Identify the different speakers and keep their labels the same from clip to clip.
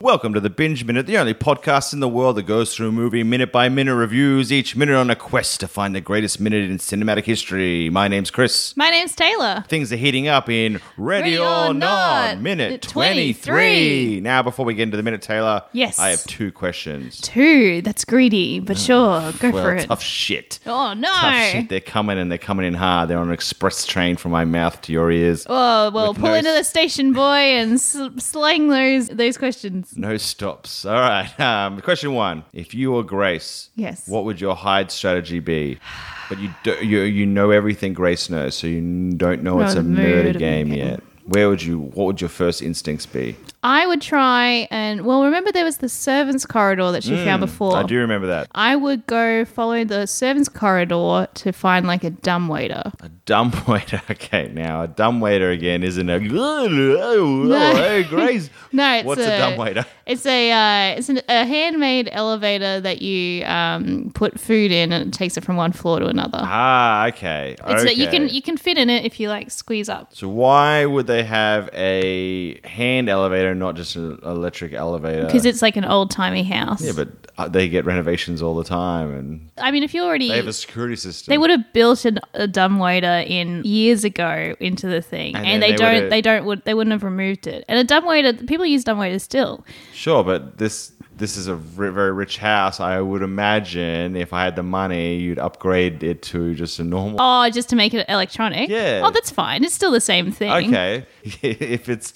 Speaker 1: Welcome to the Binge Minute, the only podcast in the world that goes through movie minute by minute reviews, each minute on a quest to find the greatest minute in cinematic history. My name's Chris.
Speaker 2: My name's Taylor.
Speaker 1: Things are heating up in Ready,
Speaker 2: Ready
Speaker 1: or
Speaker 2: or
Speaker 1: Not,
Speaker 2: Not,
Speaker 1: minute 23.
Speaker 2: 23.
Speaker 1: Now, before we get into the minute, Taylor,
Speaker 2: Yes.
Speaker 1: I have two questions.
Speaker 2: Two. That's greedy, but sure, go for
Speaker 1: Oh. Well,
Speaker 2: it.
Speaker 1: tough shit.
Speaker 2: Oh no.
Speaker 1: Tough shit. They're coming and they're coming in hard. They're on an express train from my mouth to your ears.
Speaker 2: Oh well,
Speaker 1: With
Speaker 2: pull
Speaker 1: no
Speaker 2: into the
Speaker 1: s-
Speaker 2: station, boy, and sl- slang those those questions.
Speaker 1: No stops. All right. Um, question one: If you were Grace,
Speaker 2: Yes.
Speaker 1: what would your hide strategy be? But you do, you you know everything Grace knows, so you n- don't know it's
Speaker 2: Not
Speaker 1: a
Speaker 2: a
Speaker 1: murder
Speaker 2: murder
Speaker 1: game
Speaker 2: game.
Speaker 1: yet. Where would you? What would your first instincts be?
Speaker 2: I would try and well, remember there was the servants' corridor that she found before.
Speaker 1: Mm, I do remember that
Speaker 2: I would go follow the servants' corridor to find like a dumb waiter.
Speaker 1: a dumb waiter. Okay, now a dumb waiter again isn't a. No. Hey, Grace.
Speaker 2: No, it's
Speaker 1: What's a, dumb waiter?
Speaker 2: It's a uh, it's an, a handmade elevator that you um, put food in and it takes it from one floor to another.
Speaker 1: Ah, okay.
Speaker 2: It's
Speaker 1: okay.
Speaker 2: that you can you can fit in it if you like squeeze up.
Speaker 1: So why would they have a hand elevator, and not just an electric elevator?
Speaker 2: because it's like an old timey house.
Speaker 1: Yeah, but uh, they get renovations all the time, and
Speaker 2: I mean, if you already
Speaker 1: they have a security system.
Speaker 2: they would have built an, a dumbwaiter in years ago into the thing,
Speaker 1: And
Speaker 2: and,
Speaker 1: then
Speaker 2: they,
Speaker 1: they would've-
Speaker 2: don't they don't would they wouldn't have removed it. And a dumbwaiter, people use dumbwaiters still.
Speaker 1: sure, but this this is a ri very rich house. I would imagine if I had the money, you'd upgrade it to just a normal.
Speaker 2: Oh, just to make it electronic.
Speaker 1: Yeah.
Speaker 2: Oh, that's fine. It's still the same thing.
Speaker 1: Okay, if it's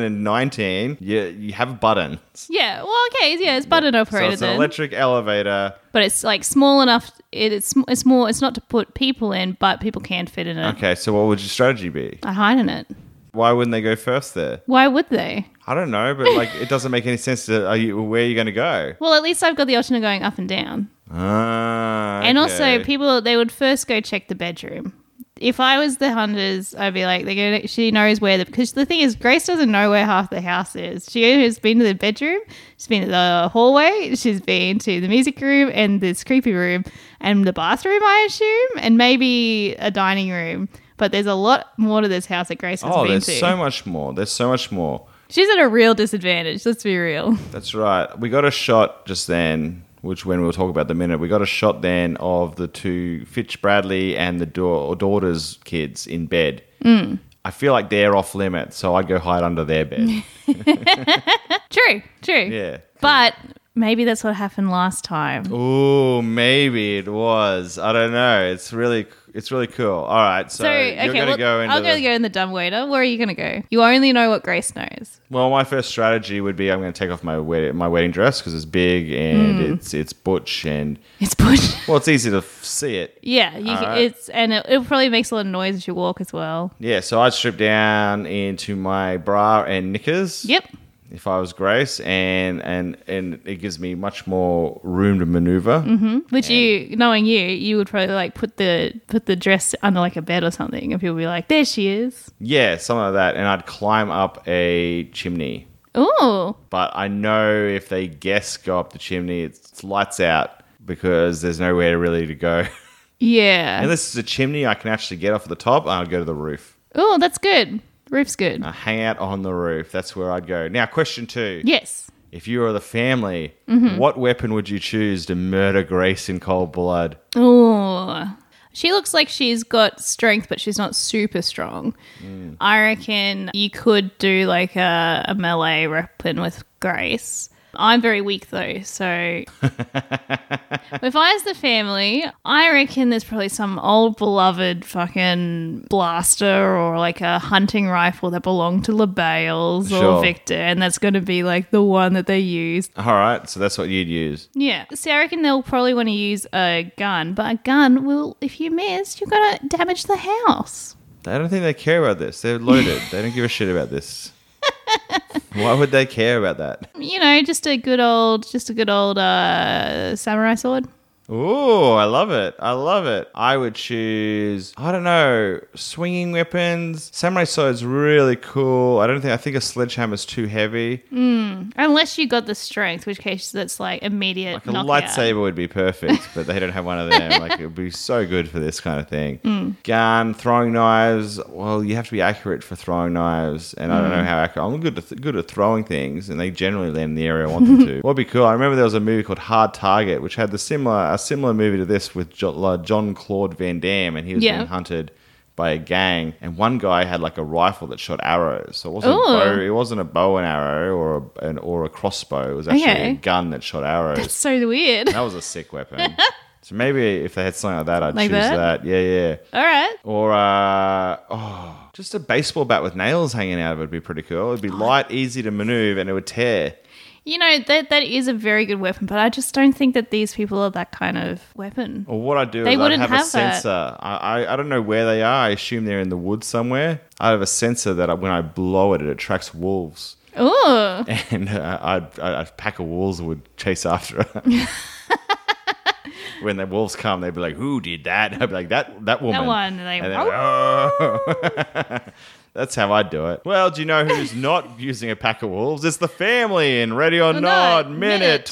Speaker 1: 2019, you you have buttons.
Speaker 2: Yeah. Well, okay. Yeah, it's button
Speaker 1: So
Speaker 2: operated
Speaker 1: it's an
Speaker 2: then,
Speaker 1: electric elevator.
Speaker 2: but it's like small enough. It, it's it's more. It's not to put people in, but people can fit in it.
Speaker 1: Okay, so what would your strategy be?
Speaker 2: I hide in it.
Speaker 1: Why wouldn't they go first there?
Speaker 2: Why would they?
Speaker 1: I don't know, but like it doesn't make any sense. To, are you where are you going to go?
Speaker 2: Well, at least I've got the option of going up and down.
Speaker 1: Ah,
Speaker 2: And also,
Speaker 1: okay.
Speaker 2: people they would first go check the bedroom. If I was the hunters, I'd be like, they go. She knows where the because the thing is, Grace doesn't know where half the house is. She has been to the bedroom, she's been to the hallway, she's been to the music room and this creepy room and the bathroom, I assume, and maybe a dining room. But there's a lot more to this house that Grace has
Speaker 1: Oh,
Speaker 2: been
Speaker 1: there's
Speaker 2: to.
Speaker 1: so much more. There's so much more.
Speaker 2: she's at a real disadvantage. Let's be real.
Speaker 1: That's right. We got a shot just then, which when we'll talk about the minute, we got a shot then of the two Fitch Bradley and the da- daughter's kids in bed.
Speaker 2: Hmm.
Speaker 1: Mm. I feel like they're off limits, so I'd go hide under their bed.
Speaker 2: True, true.
Speaker 1: yeah.
Speaker 2: But maybe that's what happened last time.
Speaker 1: Oh, maybe it was. I don't know. It's really, it's really cool. All right, so,
Speaker 2: So
Speaker 1: you're
Speaker 2: okay,
Speaker 1: gonna
Speaker 2: well,
Speaker 1: go into
Speaker 2: I'm
Speaker 1: the-
Speaker 2: gonna go in the dumb waiter. Where are you gonna go? You only know what Grace knows.
Speaker 1: Well, my first strategy would be I'm going to take off my wed- my wedding dress because it's big and
Speaker 2: Hmm.
Speaker 1: it's it's butch and
Speaker 2: It's bush.
Speaker 1: well, it's easy to f- see it.
Speaker 2: yeah, you, can-
Speaker 1: Alright.
Speaker 2: it's and it, it probably makes a lot of noise as you walk as well.
Speaker 1: Yeah, so I'd strip down into my bra and knickers.
Speaker 2: Yep.
Speaker 1: If I was Grace, and and and it gives me much more room to maneuver.
Speaker 2: Which you, knowing you, you would probably like put the put the dress under like a bed or something, and people would be like, "There she is."
Speaker 1: Yeah, something like that. And I'd climb up a chimney.
Speaker 2: Oh,
Speaker 1: But I know if they guess go up the chimney, it's lights out because there's nowhere really to go.
Speaker 2: yeah.
Speaker 1: Unless it's a chimney, I can actually get off the top. and I'd go to the roof.
Speaker 2: Oh, that's good. Roof's good.
Speaker 1: I hang out on the roof. That's where I'd go. Now, question two.
Speaker 2: yes.
Speaker 1: If you were the family, what weapon would you choose to murder Grace in cold blood?
Speaker 2: Oh, she looks like she's got strength, but she's not super strong. I reckon you could do like a, a melee weapon with Grace. I'm very weak though, so if I was the family, I reckon there's probably some old beloved fucking blaster or like a hunting rifle that belonged to LaBales
Speaker 1: Sure.
Speaker 2: or Victor, and that's going to be like the one that they used.
Speaker 1: All right, so that's what you'd use.
Speaker 2: Yeah. See, I reckon they'll probably want to use a gun, but a gun will, if you miss, you're going to damage the house.
Speaker 1: I don't think they care about this. They're loaded. they don't give a shit about this. Why would they care about that?
Speaker 2: You know, just a good old, just a good old uh, samurai sword.
Speaker 1: Ooh, I love it. I love it. I would choose, I don't know, swinging weapons. Samurai sword's really cool. I don't think, I think a sledgehammer's too heavy.
Speaker 2: Unless you got the strength, which case that's like immediate
Speaker 1: Like a
Speaker 2: knockout.
Speaker 1: lightsaber would be perfect, but they don't have one of them. Like it would be so good for this kind of thing.
Speaker 2: Mm.
Speaker 1: Gun, throwing knives. Well, you have to be accurate for throwing khives, and
Speaker 2: Mm.
Speaker 1: I don't know how accurate. I'm good at th- good at throwing things, and they generally land in the area I want them to. What'd be cool? I remember there was a movie called Hard Target, which had the similar a similar movie to this with uh, John Claude Van Damme, and he was
Speaker 2: Yeah.
Speaker 1: being hunted. By a gang, and one guy had like a rifle that shot arrows. So it wasn't, a
Speaker 2: Ooh.
Speaker 1: bow, it wasn't a bow and arrow or a, an, or a crossbow. It was actually a
Speaker 2: Okay.
Speaker 1: gun that shot arrows.
Speaker 2: That's so weird.
Speaker 1: That was a sick weapon. so maybe if they had something like that, I'd
Speaker 2: Like
Speaker 1: choose that?
Speaker 2: that?
Speaker 1: Yeah, yeah.
Speaker 2: All right.
Speaker 1: Or uh, oh, just a baseball bat with nails hanging out of it would be pretty cool. It'd be light, easy to maneuver, and it would tear.
Speaker 2: You know, that that is a very good weapon, but I just don't think that these people are that kind of weapon.
Speaker 1: Or what I'd do
Speaker 2: They
Speaker 1: is I'd
Speaker 2: wouldn't
Speaker 1: have, a
Speaker 2: have that.
Speaker 1: sensor. I, I I don't know where they are. I assume they're in the woods somewhere. I'd have a sensor that I, when I blow it, it attracts wolves,
Speaker 2: Ooh.
Speaker 1: and uh, I'd, I'd I'd pack of wolves would chase after it. when the wolves come, they'd be like, "Who did that?" I'd be like, "That that woman."
Speaker 2: That one. and they-
Speaker 1: And then, "Oh." That's how I do it. Well, do you know who's not using a pack of wolves? It's the family in Ready or
Speaker 2: Oh, no,
Speaker 1: Not, minute,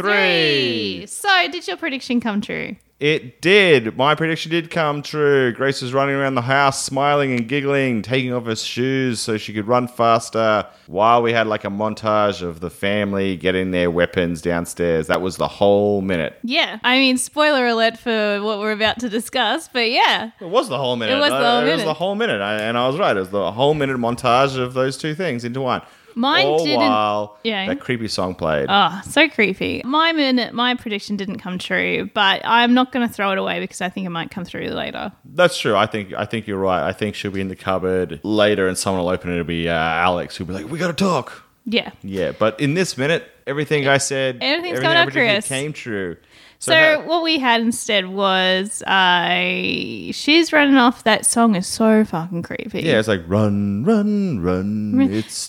Speaker 1: 23.
Speaker 2: So, did your prediction come true?
Speaker 1: It did. My prediction did come true. Grace was running around the house, smiling and giggling, taking off her shoes so she could run faster while we had like a montage of the family getting their weapons downstairs. That was the whole minute.
Speaker 2: Yeah. I mean, spoiler alert for what we're about to discuss, but yeah.
Speaker 1: It was the whole minute.
Speaker 2: was the whole
Speaker 1: I- it was
Speaker 2: minute.
Speaker 1: the whole minute. I, and I was right. It was the whole minute montage of those two things into one.
Speaker 2: Mine
Speaker 1: All
Speaker 2: didn't-
Speaker 1: while
Speaker 2: Yeah.
Speaker 1: that creepy song played.
Speaker 2: Oh, so creepy. My minute, my prediction didn't come true, but I'm not going to throw it away because I think it might come through later.
Speaker 1: That's true. I think I think you're right. I think she'll be in the cupboard later, and someone will open it. It'll be uh, Alex. Who'll be like, "We gotta talk."
Speaker 2: Yeah.
Speaker 1: Yeah, but in this minute, everything I said,
Speaker 2: Everything's
Speaker 1: everything
Speaker 2: going
Speaker 1: I
Speaker 2: up,
Speaker 1: predicted
Speaker 2: Chris.
Speaker 1: Came true.
Speaker 2: So,
Speaker 1: her-
Speaker 2: what we had instead was uh, she's running off. That song is so fucking creepy.
Speaker 1: yeah, it's like run, run, run. It's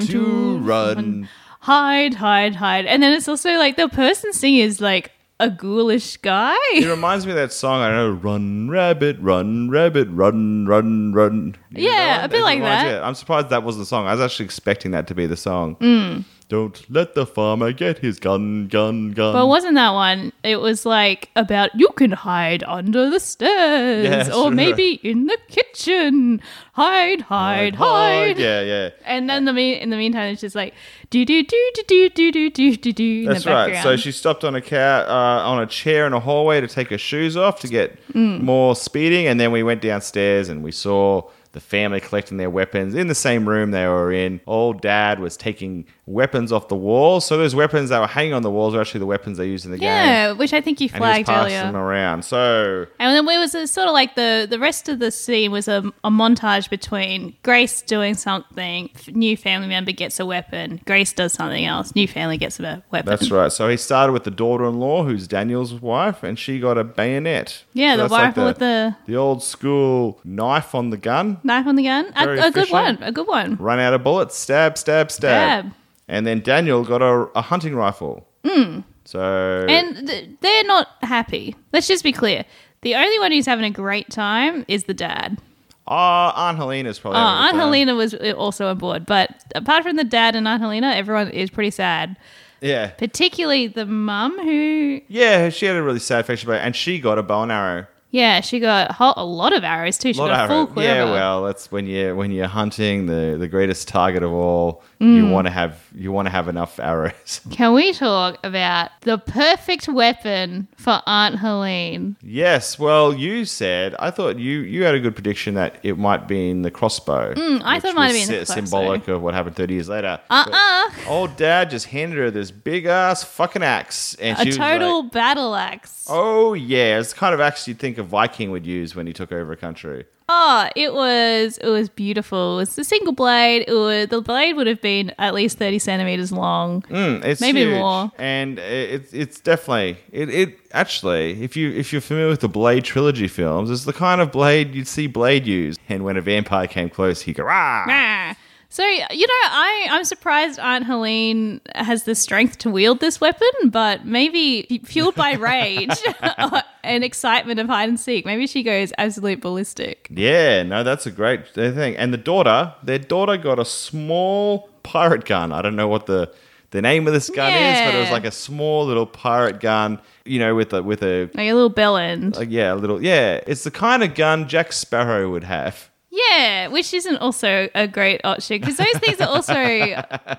Speaker 2: Time
Speaker 1: to,
Speaker 2: to
Speaker 1: run.
Speaker 2: Hide, hide, hide. And then it's also like the person singing is like a ghoulish guy.
Speaker 1: It reminds me of that song. I don't know, run, rabbit, run, rabbit, run, run, run. You know
Speaker 2: Yeah,
Speaker 1: that
Speaker 2: a
Speaker 1: one?
Speaker 2: bit
Speaker 1: It
Speaker 2: like
Speaker 1: reminds me
Speaker 2: that.
Speaker 1: of- I'm surprised that wasn't the song. I was actually expecting that to be the song.
Speaker 2: Hmm.
Speaker 1: Don't let the farmer get his gun, gun, gun.
Speaker 2: But it wasn't that one. It was like about you can hide under the stairs
Speaker 1: Yes,
Speaker 2: or
Speaker 1: right.
Speaker 2: maybe in the kitchen. Hide, hide, hide.
Speaker 1: Yeah, yeah.
Speaker 2: And then the me- in the meantime, it's just like do do do do do do do do do do in the
Speaker 1: That's right.
Speaker 2: background.
Speaker 1: So she stopped on a car, uh, on a chair in a hallway to take her shoes off to get more speeding, and then we went downstairs and we saw the family collecting their weapons in the same room they were in. Old Dad was taking weapons off the walls, so those weapons that were hanging on the walls were actually the weapons they used in the game,
Speaker 2: yeah, which I think you
Speaker 1: and he was
Speaker 2: flagged
Speaker 1: passing
Speaker 2: earlier.
Speaker 1: them around. So
Speaker 2: And then we was a, sort of like the the rest of the scene was a, a montage between Grace doing something, f- new family member gets a weapon, Grace does something else, new family gets a weapon.
Speaker 1: That's right. So he started with the daughter-in-law, who's Daniel's wife, and she got a bayonet.
Speaker 2: Yeah,
Speaker 1: So
Speaker 2: the
Speaker 1: that's like
Speaker 2: wife with the
Speaker 1: the old school knife on the gun.
Speaker 2: knife on the gun.
Speaker 1: Very
Speaker 2: A, a good
Speaker 1: efficient.
Speaker 2: one. A good one.
Speaker 1: Run out of bullets. Stab, stab, stab.
Speaker 2: Stab.
Speaker 1: And then Daniel got a, a hunting rifle. Mm. So
Speaker 2: Hmm. And th- they're not happy. Let's just be clear. The only one who's having a great time is the dad.
Speaker 1: oh, Aunt Helena's probably.
Speaker 2: Oh,
Speaker 1: having a
Speaker 2: Aunt
Speaker 1: good time.
Speaker 2: Helena was uh, also aboard, but apart from the dad and Aunt Helena, everyone is pretty sad.
Speaker 1: Yeah,
Speaker 2: Particularly the mum, who
Speaker 1: yeah. She had a really sad face about, it, and she got a bow and arrow.
Speaker 2: yeah, she got a, whole, a lot of arrows too. She
Speaker 1: Lot
Speaker 2: got a
Speaker 1: of arrow.
Speaker 2: full quiver.
Speaker 1: Yeah, well, that's when you when you're hunting the the greatest target of all. You
Speaker 2: Hmm.
Speaker 1: want to have you want to have enough arrows.
Speaker 2: Can we talk about the perfect weapon for Aunt Helene?
Speaker 1: yes. Well, you said I thought you you had a good prediction that it might be in the crossbow.
Speaker 2: Hmm, I
Speaker 1: which
Speaker 2: thought it might
Speaker 1: was
Speaker 2: have been the crossbow.
Speaker 1: sy- symbolic of what happened 30 years later.
Speaker 2: Uh
Speaker 1: But-
Speaker 2: uh
Speaker 1: Old dad just handed her this big ass fucking axe, and she
Speaker 2: a
Speaker 1: was
Speaker 2: total
Speaker 1: like,
Speaker 2: battle axe. Oh.
Speaker 1: oh yeah, it's the kind of axe you'd think a Viking would use when he took over a country.
Speaker 2: Oh, it was it was beautiful. It's a single blade. It was, the blade would have been at least thirty centimeters long.
Speaker 1: Mm, it's
Speaker 2: Maybe
Speaker 1: huge,
Speaker 2: more.
Speaker 1: and it's it's definitely it, it actually if you if you're familiar with the Blade trilogy films, it's the kind of blade you'd see Blade use. And when a vampire came close, he'd go ah.
Speaker 2: Ah. So you know, I I'm surprised Aunt Helene has the strength to wield this weapon, but maybe fueled by rage uh, and excitement of hide and seek, maybe she goes absolute ballistic.
Speaker 1: Yeah, no, that's a great thing. And the daughter, their daughter got a small pirate gun. I don't know what the the name of this gun is, but it was
Speaker 2: Yeah.
Speaker 1: like a small little pirate gun, you know, with a with a
Speaker 2: Like a little bell end.
Speaker 1: like, yeah, a little yeah. It's the kind of gun Jack Sparrow would have.
Speaker 2: Yeah, which isn't also a great option because those things are also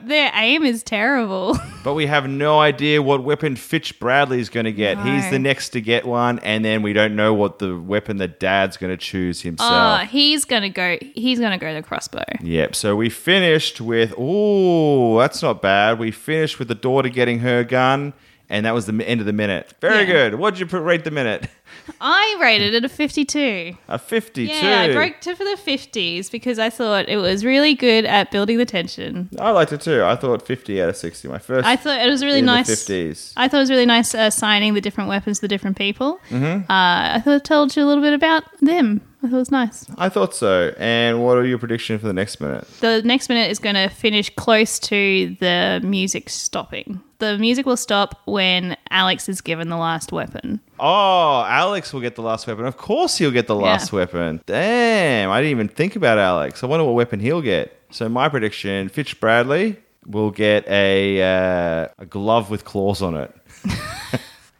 Speaker 2: their aim is terrible.
Speaker 1: But we have no idea what weapon Fitch Bradley's going to get. He's
Speaker 2: No.
Speaker 1: the next to get one, and then we don't know what the weapon that Dad's going to choose
Speaker 2: Oh,
Speaker 1: himself.
Speaker 2: he's gonna go. He's gonna go the crossbow.
Speaker 1: Yep. So we finished with oh, that's not bad. We finished with the daughter getting her gun, and that was the m- end of the minute. Very
Speaker 2: Yeah.
Speaker 1: good. What'd you put, rate the minute?
Speaker 2: I rated it a fifty-two.
Speaker 1: A fifty-two.
Speaker 2: Yeah, I broke to for the fifties because I thought it was really good at building the tension.
Speaker 1: I liked it too. I thought fifty out of sixty. My first.
Speaker 2: I thought it was really
Speaker 1: in
Speaker 2: nice.
Speaker 1: The fifties.
Speaker 2: I thought it was really nice uh, signing the different weapons to the different people. Mm-hmm. Uh, I thought it told you a little bit about them. I thought it was nice.
Speaker 1: I thought so. And what are your prediction for the next minute?
Speaker 2: The next minute is going to finish close to the music stopping. The music will stop when Alex is given the last weapon.
Speaker 1: Oh, Alex will get the last weapon. Of course, he'll get the last weapon. Damn, I didn't even think about Alex. I wonder what weapon he'll get. So my prediction: Fitch Bradley will get a uh, a glove with claws on it.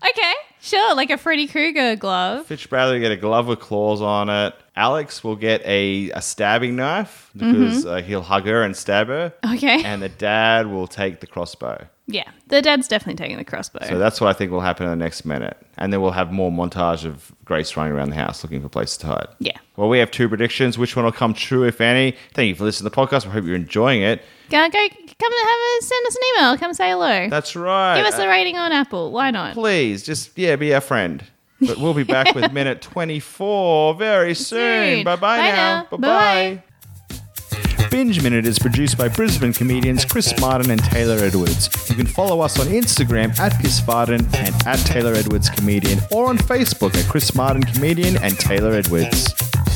Speaker 2: Okay, sure, like a Freddy Krueger glove.
Speaker 1: Fitch Bradley will get a glove with claws on it. Alex will get a, a stabbing knife because uh, he'll hug her and stab her.
Speaker 2: Okay.
Speaker 1: And the dad will take the crossbow.
Speaker 2: yeah, the dad's definitely taking the crossbow.
Speaker 1: So that's what I think will happen in the next minute. And then we'll have more montage of Grace running around the house looking for a place to hide.
Speaker 2: yeah.
Speaker 1: Well, we have two predictions. Which one will come true, if any? Thank you for listening to the podcast. We hope you're enjoying it.
Speaker 2: Go, go, come and have a, send us an email. Come say hello.
Speaker 1: That's right.
Speaker 2: Give us
Speaker 1: Uh,
Speaker 2: a rating on Apple. Why not?
Speaker 1: please, just, yeah, be our friend. But we'll be back with minute 24 very soon.
Speaker 2: Soon.
Speaker 1: Bye bye
Speaker 2: Bye
Speaker 1: now.
Speaker 2: now.
Speaker 1: Bye
Speaker 2: Bye-bye.
Speaker 1: bye. Binge Minute is produced by Brisbane comedians Chris Martin and Taylor Edwards. You can follow us on Instagram at Piss Martin and at Taylor Edwards Comedian or on Facebook at Chris Martin Comedian and Taylor Edwards.